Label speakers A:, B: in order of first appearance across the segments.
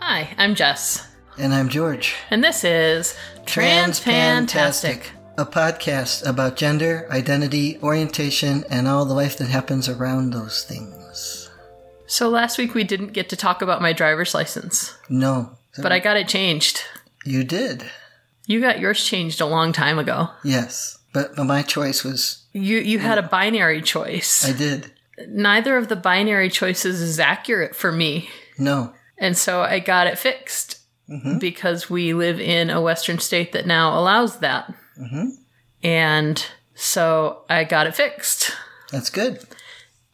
A: I'm Jess,
B: And I'm George.
A: and this is Transpantastic.
B: A podcast about gender, identity, orientation, and all the life that happens around those things.
A: So last week we didn't get to talk about my driver's license,
B: No.
A: but I got it changed.
B: You did.
A: You got yours changed a long time ago.
B: Yes. But but my choice was
A: You you had a binary choice.
B: I did.
A: Neither of the binary choices is accurate for me,
B: No.
A: and so I got it fixed because we live in a western state that now allows that. And so I got it fixed.
B: That's good.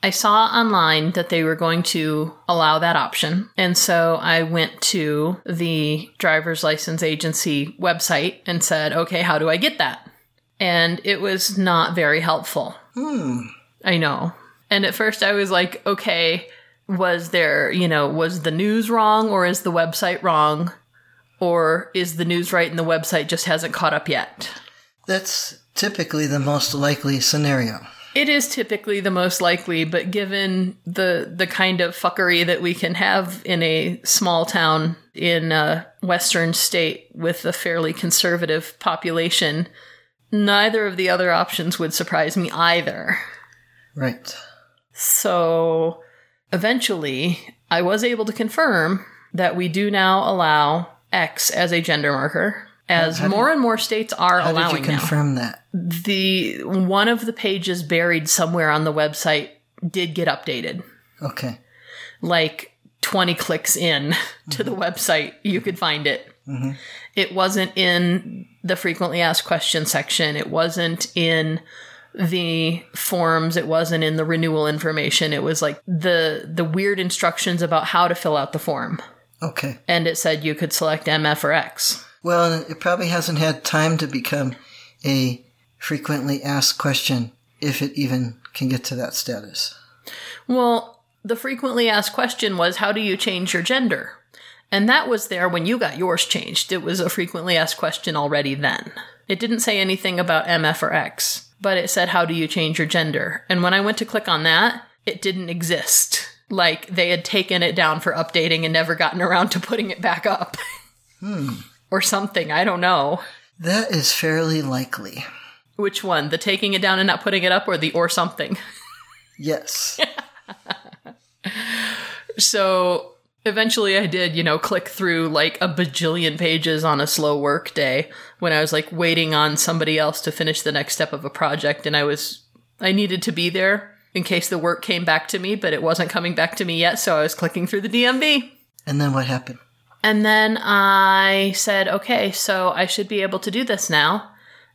A: I saw online that they were going to allow that option. And so I went to the driver's license agency website and said, okay, how do I get that? And it was not very helpful. I know. And at first I was like, okay, was there, you know, was the news wrong or is the website wrong? Or is the news right and the website just hasn't caught up yet?
B: That's typically the most likely scenario.
A: It is typically the most likely, but given the the kind of fuckery that we can have in a small town in a western state with a fairly conservative population, neither of the other options would surprise me either.
B: Right.
A: So eventually, I was able to confirm that we do now allow X as a gender marker. As more and more states are
B: How
A: allowing
B: did you
A: now
B: confirm that?
A: the one of the pages buried somewhere on the website did get updated
B: Okay.
A: like 20 clicks in to the website you could find it it wasn't in the frequently asked questions section it wasn't in the forms it wasn't in the renewal information it was like the the weird instructions about how to fill out the form
B: Okay.
A: and it said you could select mf or x
B: Well, it probably hasn't had time to become a frequently asked question if it even can get to that status.
A: Well, the frequently asked question was, How do you change your gender? And that was there when you got yours changed. It was a frequently asked question already then. It didn't say anything about MF or X, but it said, How do you change your gender? And when I went to click on that, it didn't exist. Like they had taken it down for updating and never gotten around to putting it back up. Or something, I don't know.
B: That is fairly likely.
A: Which one? The taking it down and not putting it up or the or something?
B: Yes.
A: so eventually I did, you know, click through like a bajillion pages on a slow work day when I was like waiting on somebody else to finish the next step of a project and I was I needed to be there in case the work came back to me, but it wasn't coming back to me yet, so I was clicking through the DMV.
B: and then what happened?
A: And then I said, okay, so I should be able to do this now.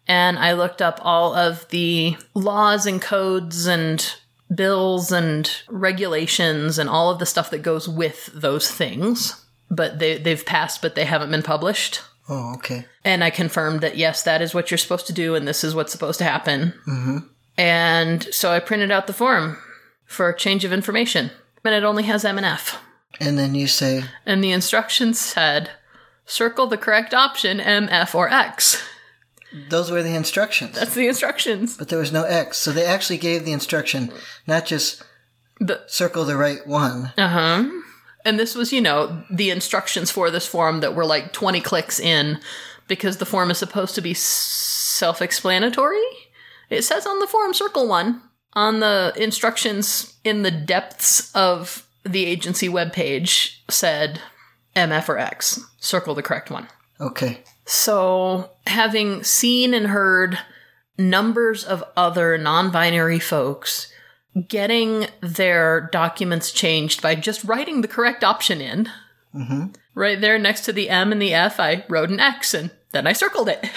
A: And I looked up all of the laws and codes and bills and regulations and all of the stuff that goes with those things. But they, they've passed, but they haven't been published.
B: Oh, okay.
A: And I confirmed that, yes, that is what you're supposed to do and this is what's supposed to happen. Mm-hmm. And so I printed out the form for change of information. And it only has M and F
B: And then you say,
A: and the instructions said circle the correct option M, F, or X.
B: those were the instructions.
A: That's the instructions.
B: but there was no X. So they actually gave the instruction, not just
A: The-
B: circle the right one.
A: Uh huh. And this was, you know, the instructions for this form that were like 20 clicks in because the form is supposed to be self explanatory. It says on the form, circle one. On the instructions in the depths of the agency webpage said M, F, or X. Circle the correct one.
B: Okay.
A: So, having seen and heard numbers of other non binary folks getting their documents changed by just writing the correct option in,
B: Mm-hmm.
A: right there next to the M and the F, I wrote an X and then I circled it.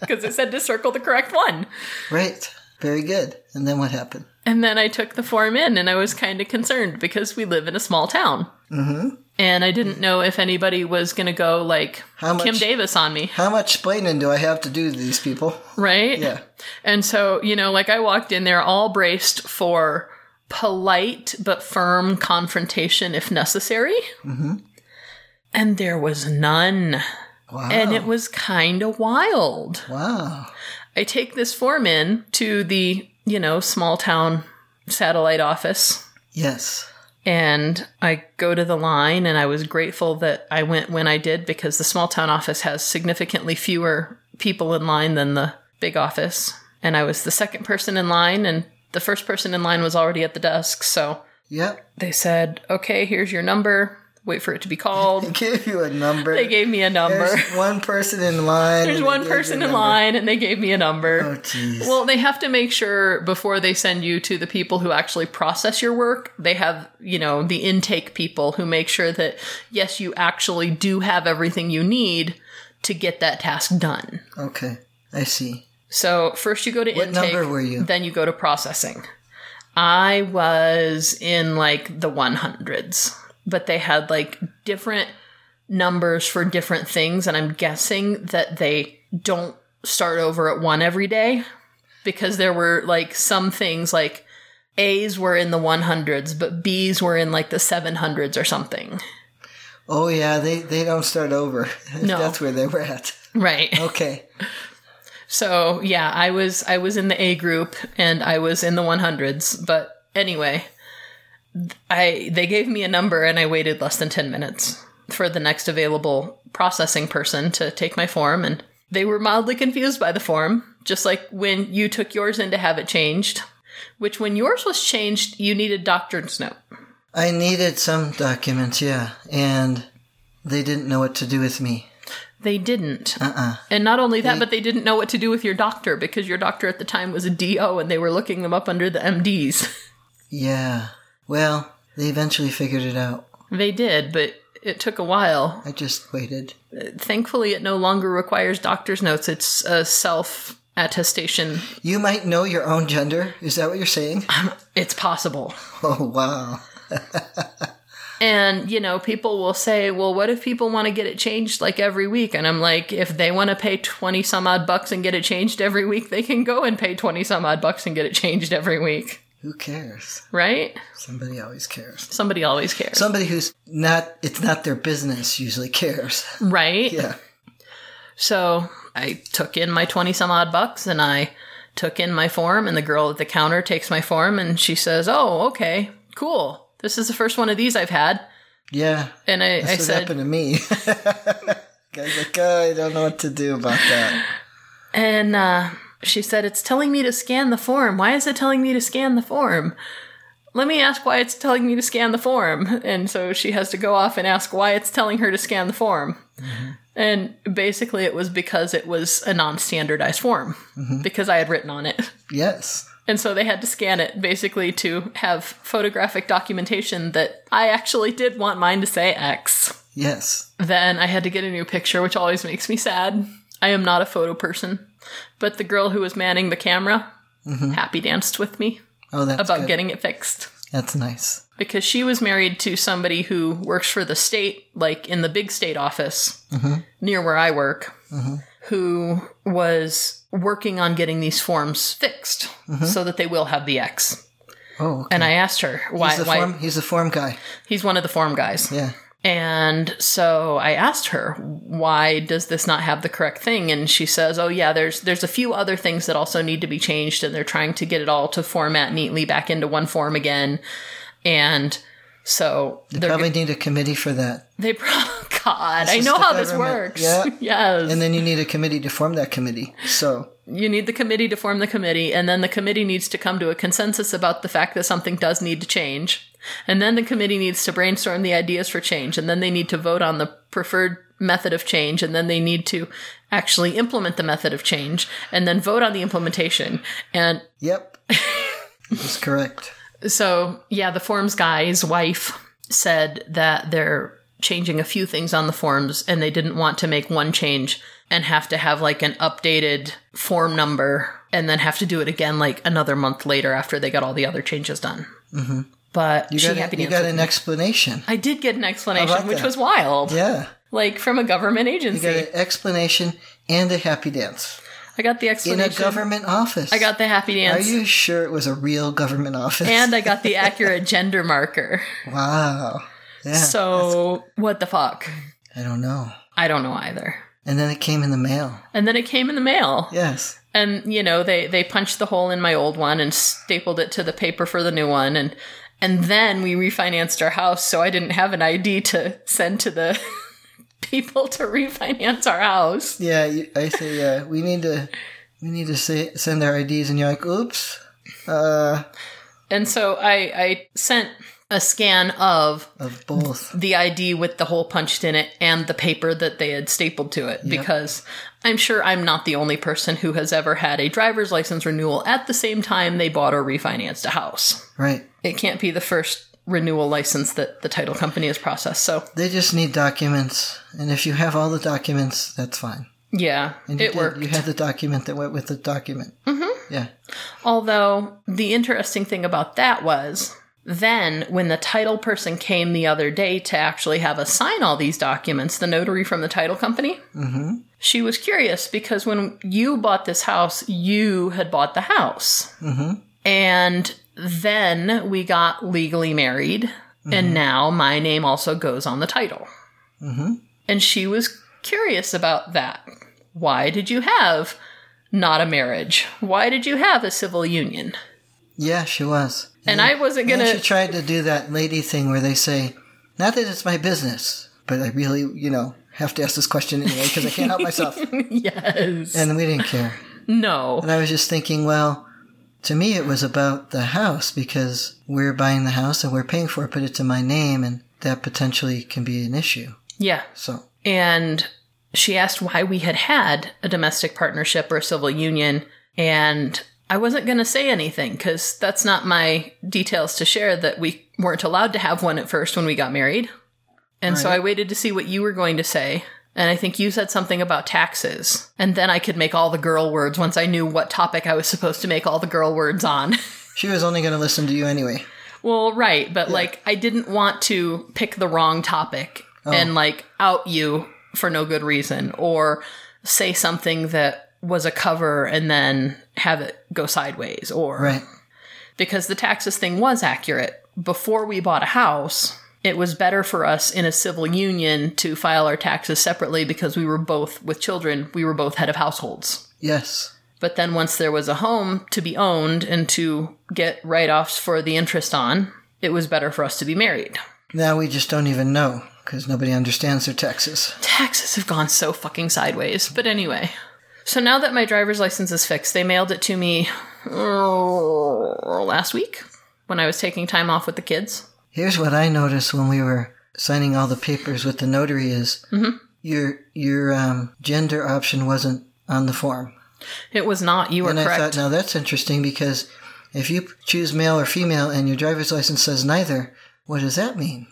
A: Because it said to circle the correct one.
B: Right. Very good. And then what happened?
A: And then I took the form in and I was kind of concerned because we live in a small town. Mm-hmm. And I didn't know if anybody was going to go like
B: How much-
A: Kim Davis on me,
B: How much explaining do I have to do to these people?
A: right?
B: Yeah.
A: And so, you know, like I walked in there all braced for polite but firm confrontation if necessary. Mm-hmm. And there was none.
B: Wow.
A: And it was kind of wild.
B: wow.
A: I take this form in to the, you know, small town satellite office
B: Yes.
A: and I go to the line and I was grateful that I went when I did because the small town office has significantly fewer people in line than the big office and I was the second person in line and the first person in line was already at the desk so
B: Yep.
A: they said okay here's your number wait for it to be
B: They
A: called
B: gave you a number.
A: they gave me a number
B: There's one person in line.
A: there's
B: and they
A: one
B: gave you a
A: person in
B: number.
A: line and they gave me a number
B: Oh, jeez.
A: Well, they have to make sure before they send you to the people who actually process your work, they have, you know, the intake people who make sure that, yes, you actually do have everything you need to get that task done.
B: okay. I see.
A: So first you go to
B: What
A: intake,
B: number were you?
A: then you go to processing. I was in like the 100s, but they had like different numbers for different things. And I'm guessing that they don't start over at one every day because there were like some things like A's were in the 100s, but B's were in like the 700s or something.
B: Oh, yeah. They, they don't start over.
A: No.
B: That's where they were at.
A: Right.
B: Okay.
A: So yeah, I was I was in the A group and I was in the 100s. But anyway, I they gave me a number and I waited less than 10 minutes for the next available processing person to take my form and they were mildly confused by the form, just like when you took yours in to have it changed, which when yours was changed, you needed doctor's note.
B: I needed some documents, yeah. And they didn't know what to do with me.
A: They didn't.
B: Uh uh
A: And not only that, but they didn't know what to do with your doctor because your doctor at the time was a DO and they were looking them up under the MDs.
B: Yeah. Well, they eventually figured it out.
A: They did, but it took a while.
B: I just waited.
A: Thankfully, it no longer requires doctor's notes. It's a self attestation.
B: You might know your own gender. Is that what you're saying?
A: It's possible.
B: Oh, wow.
A: And, you know, people will say, well, what if people want to get it changed like every week? And I'm like, if they want to pay 20 some odd bucks and get it changed every week, they can go and pay 20 some odd bucks and get it changed every week,
B: Who cares?
A: right?
B: Somebody always cares.
A: Somebody always cares,
B: Somebody who's not, it's not their business usually cares.
A: right?
B: Yeah.
A: So I took in my 20 some odd bucks and I took in my form, and the girl at the counter takes my form and she says, Oh, okay, cool. This is the first one of these I've had.
B: Yeah.
A: And I, I
B: That's what
A: said,
B: happened to me. I was like, oh, I don't know what to do about that.
A: And uh, she said, It's telling me to scan the form. Why is it telling me to scan the form? Let me ask why it's telling me to scan the form. And so she has to go off and ask why it's telling her to scan the form. And basically, it was because it was a non standardized form
B: Mm-hmm.
A: because I had written on it.
B: Yes.
A: And so they had to scan it basically to have photographic documentation that I actually did want mine to say X.
B: Yes.
A: Then I had to get a new picture, which always makes me sad. I am not a photo person. But the girl who was manning the camera happy danced with me
B: Oh, Mm-hmm. that's
A: about
B: good.
A: getting it fixed
B: That's nice.
A: because she was married to somebody who works for the state, like in the big state office
B: Mm-hmm.
A: near where I work, who was working on getting these forms fixed
B: Mm-hmm.
A: so that they will have the X.
B: Oh, okay.
A: And I asked her why.
B: he's, the
A: why
B: form, he's the form guy.
A: he's one of the form guys.
B: Yeah.
A: And so I asked her, why does this not have the correct thing? And she says, oh yeah, there's there's a few other things that also need to be changed, and they're trying to get it all to format neatly back into one form again. And so
B: They
A: they're
B: probably need a committee for that.
A: They pro- God, I
B: is
A: know
B: the
A: how this
B: government.
A: works.
B: Yeah.
A: yes.
B: And then you need a committee to form that committee. So,
A: you need the committee to form the committee, and then the committee needs to come to a consensus about the fact that something does need to change. And then the committee needs to brainstorm the ideas for change, and then they need to vote on the preferred method of change, and then they need to actually implement the method of change, and then vote on the implementation. And
B: yep. That's correct.
A: So, yeah, the forms guy's wife said that they're changing a few things on the forms and they didn't want to make one change and have to have like an updated form number and then have to do it again like another month later after they got all the other changes done. Mm-hmm. But
B: You
A: she
B: got, a-
A: happy
B: you
A: to
B: got
A: answer.
B: an explanation.
A: I did get an explanation,
B: about
A: which
B: that?
A: was wild.
B: Yeah.
A: Like from a government
B: You got
A: agency.
B: an explanation and a happy dance
A: I got the
B: in a
A: explanation.
B: government office.
A: I got the happy
B: Are
A: dance.
B: you sure it was a real government office?
A: and I got the accurate gender marker.
B: wow. Yeah.
A: So, what the fuck?
B: I don't know.
A: I don't know either.
B: And then it came in the mail.
A: And then it came in the mail.
B: Yes.
A: And you know, they they punched the hole in my old one and stapled it to the paper for the new one and And then we refinanced our house, so I didn't have an ID to send to the people to refinance our house.
B: Yeah, you- I say yeah. We need to we need to say, send our IDs, and you're like, oops, uh,
A: And so I, I sent a scan of
B: of both.
A: the ID with the hole punched in it and the paper that they had stapled to it because I'm sure I'm not the only person who has ever had a driver's license renewal at the same time they bought or refinanced a house.
B: Right.
A: It can't be the first renewal license that the title company has processed. So,
B: They just need documents, and if you have all the documents, that's fine.
A: yeah,
B: And you
A: it
B: did-
A: worked.
B: You had the document that went with the document. Mm-hmm. Yeah.
A: Although the interesting thing about that was then when the title person came the other day to actually have us sign all these documents, the notary from the title company, she was curious because when you bought this house, you had bought the house. And then we got legally married, and now my name also goes on the title. And she was curious about that. Why did you have not a marriage? Why did you have a civil union?
B: Yeah, she was.
A: And I wasn't
B: And
A: gonna.
B: she tried to do that lady thing where they say, not that it's my business, but I really, you know, have to ask this question anyway because I can't help myself.
A: yes.
B: And we didn't care.
A: no.
B: And I was just thinking, well, to me it was about the house because we're buying the house and we're paying for it, but it's in my name and that potentially can be an issue.
A: Yeah.
B: So,
A: And she asked why we had had a domestic partnership or a civil union. And I wasn't going to say anything because that's not my details to share that we weren't allowed to have one at first when we got married. And so
B: Right.
A: I waited to see what you were going to say. And I think you said something about taxes. And then I could make all the girl words once I knew what topic I was supposed to make all the girl words on.
B: she was only going to listen to you anyway.
A: Well, right, but like I didn't want to pick the wrong topic and like out you for no good reason or say something that was a cover and then have it go sideways or
B: Right.
A: because the taxes thing was accurate. Before we bought a house, it was better for us in a civil union to file our taxes separately because we were both with children, we were both head of households.
B: Yes.
A: But then once there was a home to be owned and to get write offs for the interest on, it was better for us to be married.
B: Now we just don't even know because nobody understands their taxes.
A: Taxes have gone so fucking sideways. But anyway. So now that my driver's license is fixed, they mailed it to me uh, last week when I was taking time off with the kids.
B: Here's what I noticed when we were signing all the papers with the notary is your your um, gender option wasn't on the form.
A: It was not, you were
B: and I
A: correct.
B: thought, now that's interesting because if you choose male or female and your driver's license says neither, what does that mean?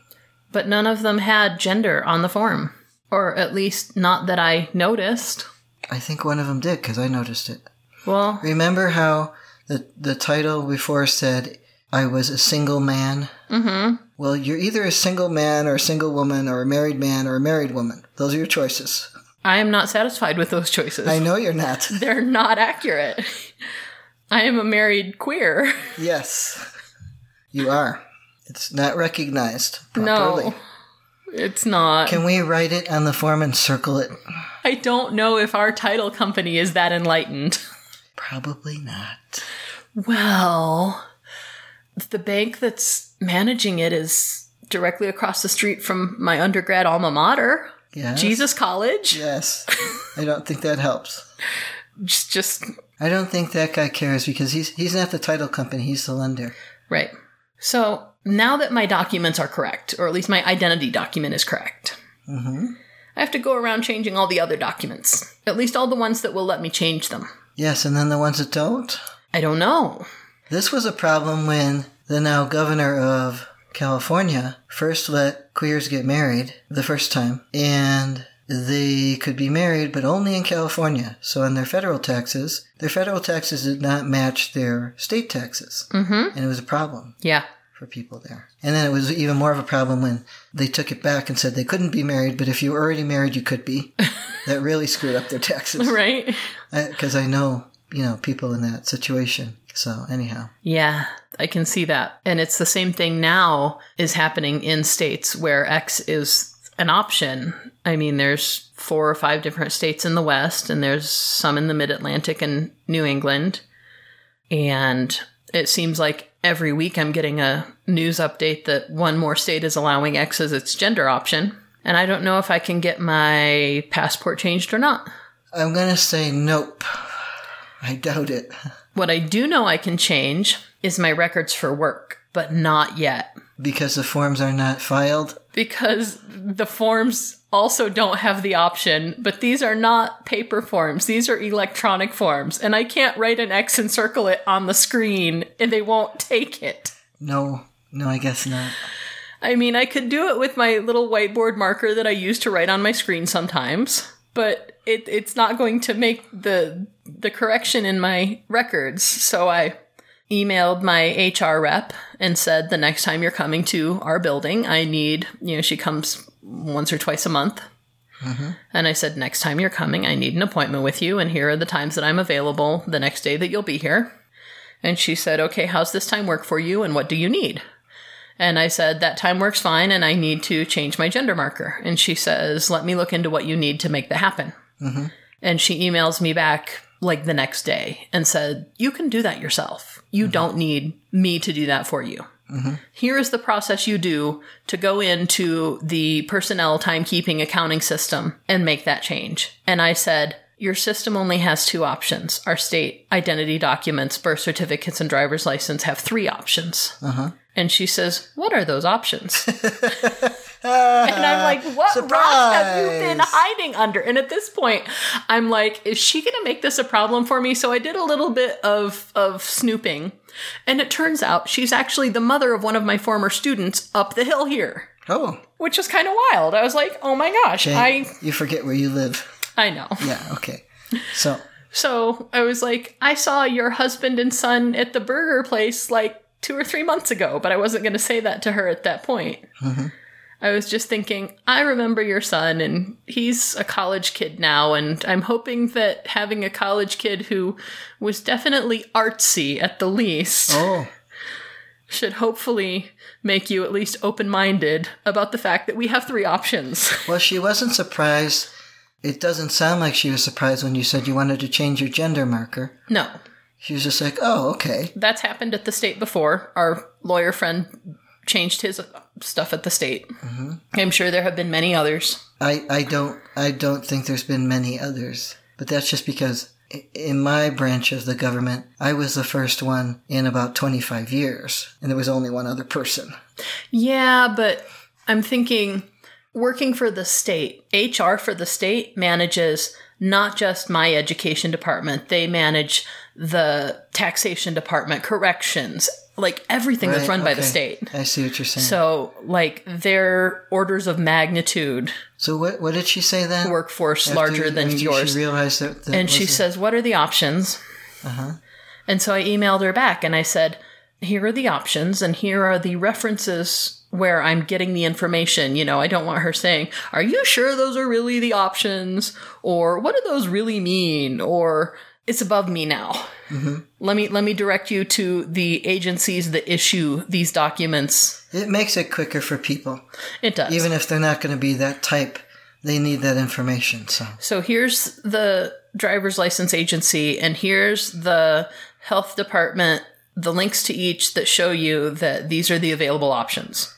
A: but none of them had gender on the form, or at least not that I noticed.
B: I think one of them did because I noticed it.
A: Well,
B: Remember how the the title before said I was a single man. Mm-hmm. Well, you're either a single man or a single woman or a married man or a married woman. Those are your choices.
A: I am not satisfied with those choices.
B: I know you're not.
A: they're not accurate. I am a married queer.
B: yes, you are. It's not recognized properly.
A: No, it's not.
B: Can we write it on the form and circle it?
A: I don't know if our title company is that enlightened.
B: Probably not.
A: Well, the bank that's managing it is directly across the street from my undergrad alma mater,
B: Yeah.
A: Jesus College.
B: Yes. I don't think that helps.
A: Just, just
B: I don't think that guy cares because he's he's not the title company, he's the lender.
A: right. So now that my documents are correct, or at least my identity document is correct, Mm-hmm.
B: Mhm.
A: I have to go around changing all the other documents, at least all the ones that will let me change them.
B: Yes, and then the ones that don't.
A: I don't know.
B: This was a problem when the now governor of California first let queers get married the first time, and they could be married, but only in California. So, on their federal taxes, their federal taxes did not match their state taxes. Mm-hmm. And it was a problem
A: Yeah.
B: for people there. And then it was even more of a problem when they took it back and said they couldn't be married, but if you were already married, you could be. that really screwed up their taxes.
A: Right?
B: Because I know, you know, people in that situation. So, anyhow.
A: Yeah, I can see that. And it's the same thing now is happening in states where X is an option. I mean, there's four or five different states in the West, and there's some in the Mid Atlantic and New England. And it seems like every week I'm getting a news update that one more state is allowing X as its gender option. And I don't know if I can get my passport changed or not.
B: I'm going to say nope. I doubt it.
A: What I do know I can change is my records for work, but not yet.
B: Because the forms are not filed.
A: Because the forms also don't have the option, but these are not paper forms. These are electronic forms. And I can't write an X and circle it on the screen, and they won't take it.
B: No, no, I guess not.
A: I mean, I could do it with my little whiteboard marker that I use to write on my screen sometimes, but it, it's not going to make the the correction in my records. So I emailed my HR rep and said the next time you're coming to our building, I need, you know, she comes once or twice a month. Mm-hmm. And I said, next time you're coming, I need an appointment with you, and here are the times that I'm available the next day that you'll be here. And she said, okay, how's this time work for you, and what do you need? And I said, that time works fine, and I need to change my gender marker. And she says, let me look into what you need to make that happen. Mm-hmm. And she emails me back like the next day and said, You can do that yourself. You mm-hmm. don't need me to do that for you. Mm-hmm. Here is the process you do to go into the personnel timekeeping accounting system and make that change. And I said, Your system only has two options. Our state identity documents, birth certificates, and driver's license have three options. Uh-huh. And she says, What are those options? and I'm like, what Surprise! rock have you been hiding under? And at this point, I'm like, is she going to make this a problem for me? So I did a little bit of of snooping, and it turns out she's actually the mother of one of my former students up the hill here.
B: Oh,
A: which is kind of wild. I was like, oh my gosh,
B: Jane,
A: I
B: you forget where you live.
A: I know.
B: Yeah. Okay. So.
A: So I was like, I saw your husband and son at the burger place like two or three months ago, but I wasn't going to say that to her at that point. Mm-hmm. I was just thinking, I remember your son, and he's a college kid now, and I'm hoping that having a college kid who was definitely artsy at the least
B: oh.
A: should hopefully make you at least open minded about the fact that we have three options.
B: Well, she wasn't surprised. It doesn't sound like she was surprised when you said you wanted to change your gender marker.
A: No.
B: She was just like, oh, okay.
A: That's happened at the state before. Our lawyer friend changed his stuff at the state. Mm-hmm. I'm sure there have been many others.
B: I, I don't I don't think there's been many others, but that's just because in my branch of the government, I was the first one in about 25 years, and there was only one other person.
A: Yeah, but I'm thinking working for the state, HR for the state manages not just my education department, they manage the taxation department, corrections, like everything
B: Right,
A: that's run by the
B: okay.
A: state.
B: I see what you're saying. So,
A: So, like, their orders of magnitude
B: what what did she say then?
A: workforce
B: After-
A: larger than
B: after
A: yours.
B: She realized that, that
A: and she
B: was a-
A: says, What are the options?
B: Uh-huh.
A: And so I emailed her back and I said, Here are the options, and here are the references where I'm getting the information. You know, I don't want her saying, Are you sure those are really the options? Or what do those really mean? Or it's above me now. Let me let me direct you to the agencies that issue these documents.
B: it makes it quicker for people,
A: It does.
B: even if they're not going to be that type. They need that information. So
A: So here's the driver's license agency, and here's the health department, the links to each that show you that these are the available options.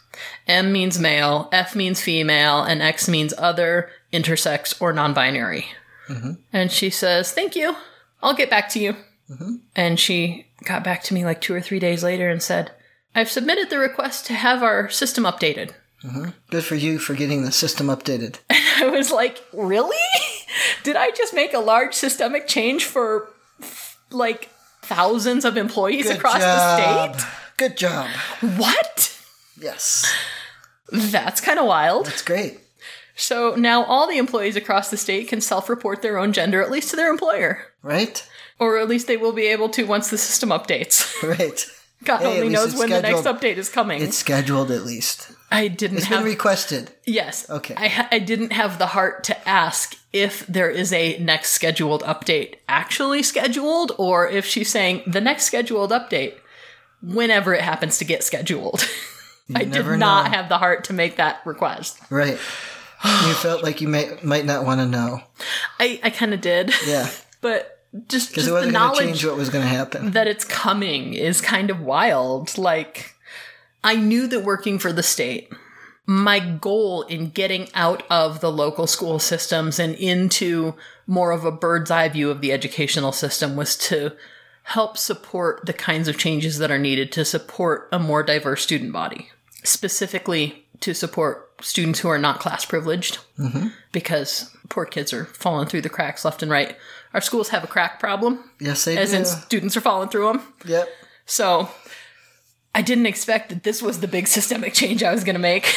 A: M means male, F means female, and X means other, intersex, or non binary. And she says, Thank you. I'll get back to you. And she got back to me like two or three days later and said, I've submitted the request to have our system updated.
B: good for you for getting the system updated.
A: I was like, really? Did I just make a large systemic change for f- like thousands of employees across the state?
B: Good job.
A: What?
B: Yes,
A: That's kind of wild.
B: that's great.
A: So now all the employees across the state can self report their own gender, at least to their employer.
B: Right,
A: Or at least they will be able to once the system updates.
B: right.
A: God
B: Hey, at
A: only
B: least
A: knows
B: it's
A: when the next
B: scheduled.
A: update is coming.
B: It's scheduled at least.
A: I didn't
B: It's
A: have
B: been requested.
A: Yes.
B: Okay.
A: I, ha- I didn't have the heart to ask if there is a next scheduled update actually scheduled, or if she's saying the next scheduled update whenever it happens to get scheduled. I did
B: never
A: not
B: know.
A: have the heart to make that request.
B: Right. you felt like you may, might not want to know.
A: I, I kind of did,
B: Yeah.
A: but just
B: Because
A: just
B: it
A: the
B: wasn't going to
A: knowledge
B: change what was going to happen.
A: that it's coming is kind of wild. Like, I knew that working for the state, my goal in getting out of the local school systems and into more of a bird's eye view of the educational system was to help support the kinds of changes that are needed to support a more diverse student body, specifically to support students who are not class privileged because poor kids are falling through the cracks left and right. Our schools have a crack problem
B: Yes, they
A: as
B: do.
A: in students are falling through them.
B: yep.
A: So I didn't expect that this was the big systemic change I was going to make.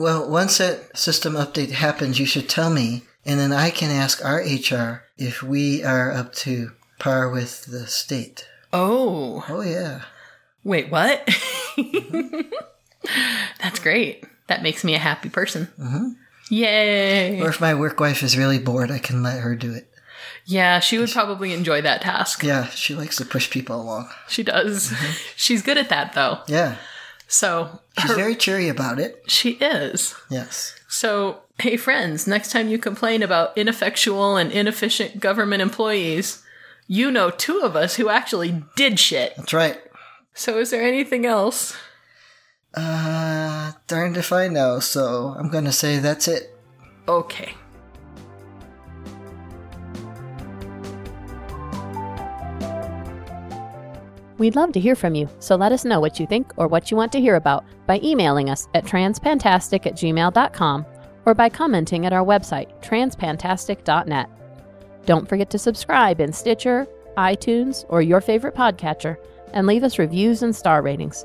B: Well, once that system update happens, you should tell me, and then I can ask our HR if we are up to par with the state.
A: Oh,
B: Oh, yeah.
A: wait, what? That's great. That makes me a happy person. Yay.
B: Or if my work wife is really bored, I can let her do it.
A: Yeah, she would probably enjoy that task.
B: Yeah, she likes to push people along.
A: She does. She's good at that, though.
B: Yeah.
A: So
B: She's very cheery about it.
A: she is.
B: Yes.
A: So, hey, friends, next time you complain about ineffectual and inefficient government employees, you know two of us who actually did shit.
B: That's right.
A: So, is there anything else?
B: Uh, darned if I know, so I'm going to say that's it.
A: Okay.
C: We'd love to hear from you, so let us know what you think or what you want to hear about by emailing us at transpantastic at gmail.com or by commenting at our website, transpantastic.net. Don't forget to subscribe in Stitcher, iTunes, or your favorite podcatcher and leave us reviews and star ratings.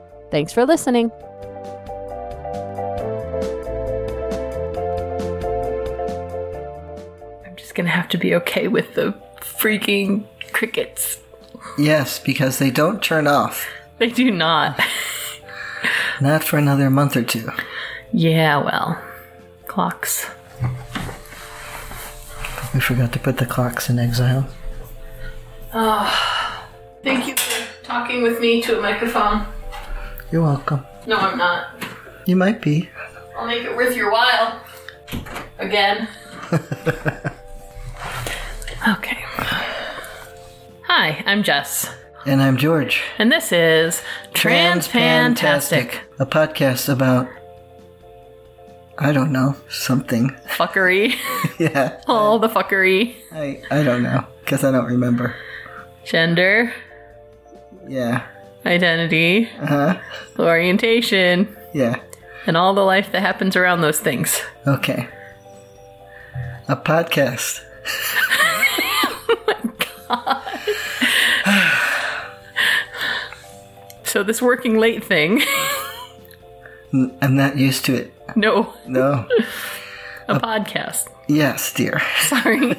C: Thanks for listening.
A: I'm just gonna have to be okay with the freaking crickets.
B: Yes, because they don't turn off.
A: They do not.
B: Not for another month or two.
A: yeah, well, clocks.
B: We forgot to put the clocks in exile.
A: Thank you for talking with me to a microphone.
B: You're welcome.
A: No, I'm not.
B: You might be.
A: I'll make it worth your while. Again. okay. Hi, I'm Jess,
B: And I'm George.
A: and this is Transpantastic.
B: A podcast about, I don't know, something.
A: Fuckery.
B: yeah,
A: All the fuckery.
B: I, I don't know, because I don't remember.
A: Gender.
B: Yeah,
A: identity,
B: uh-huh,
A: orientation,
B: yeah,
A: and all the life that happens around those things.
B: okay. A podcast.
A: So this working late thing,
B: N- I'm not used to it.
A: no,
B: No.
A: a podcast.
B: yes, dear.
A: Sorry.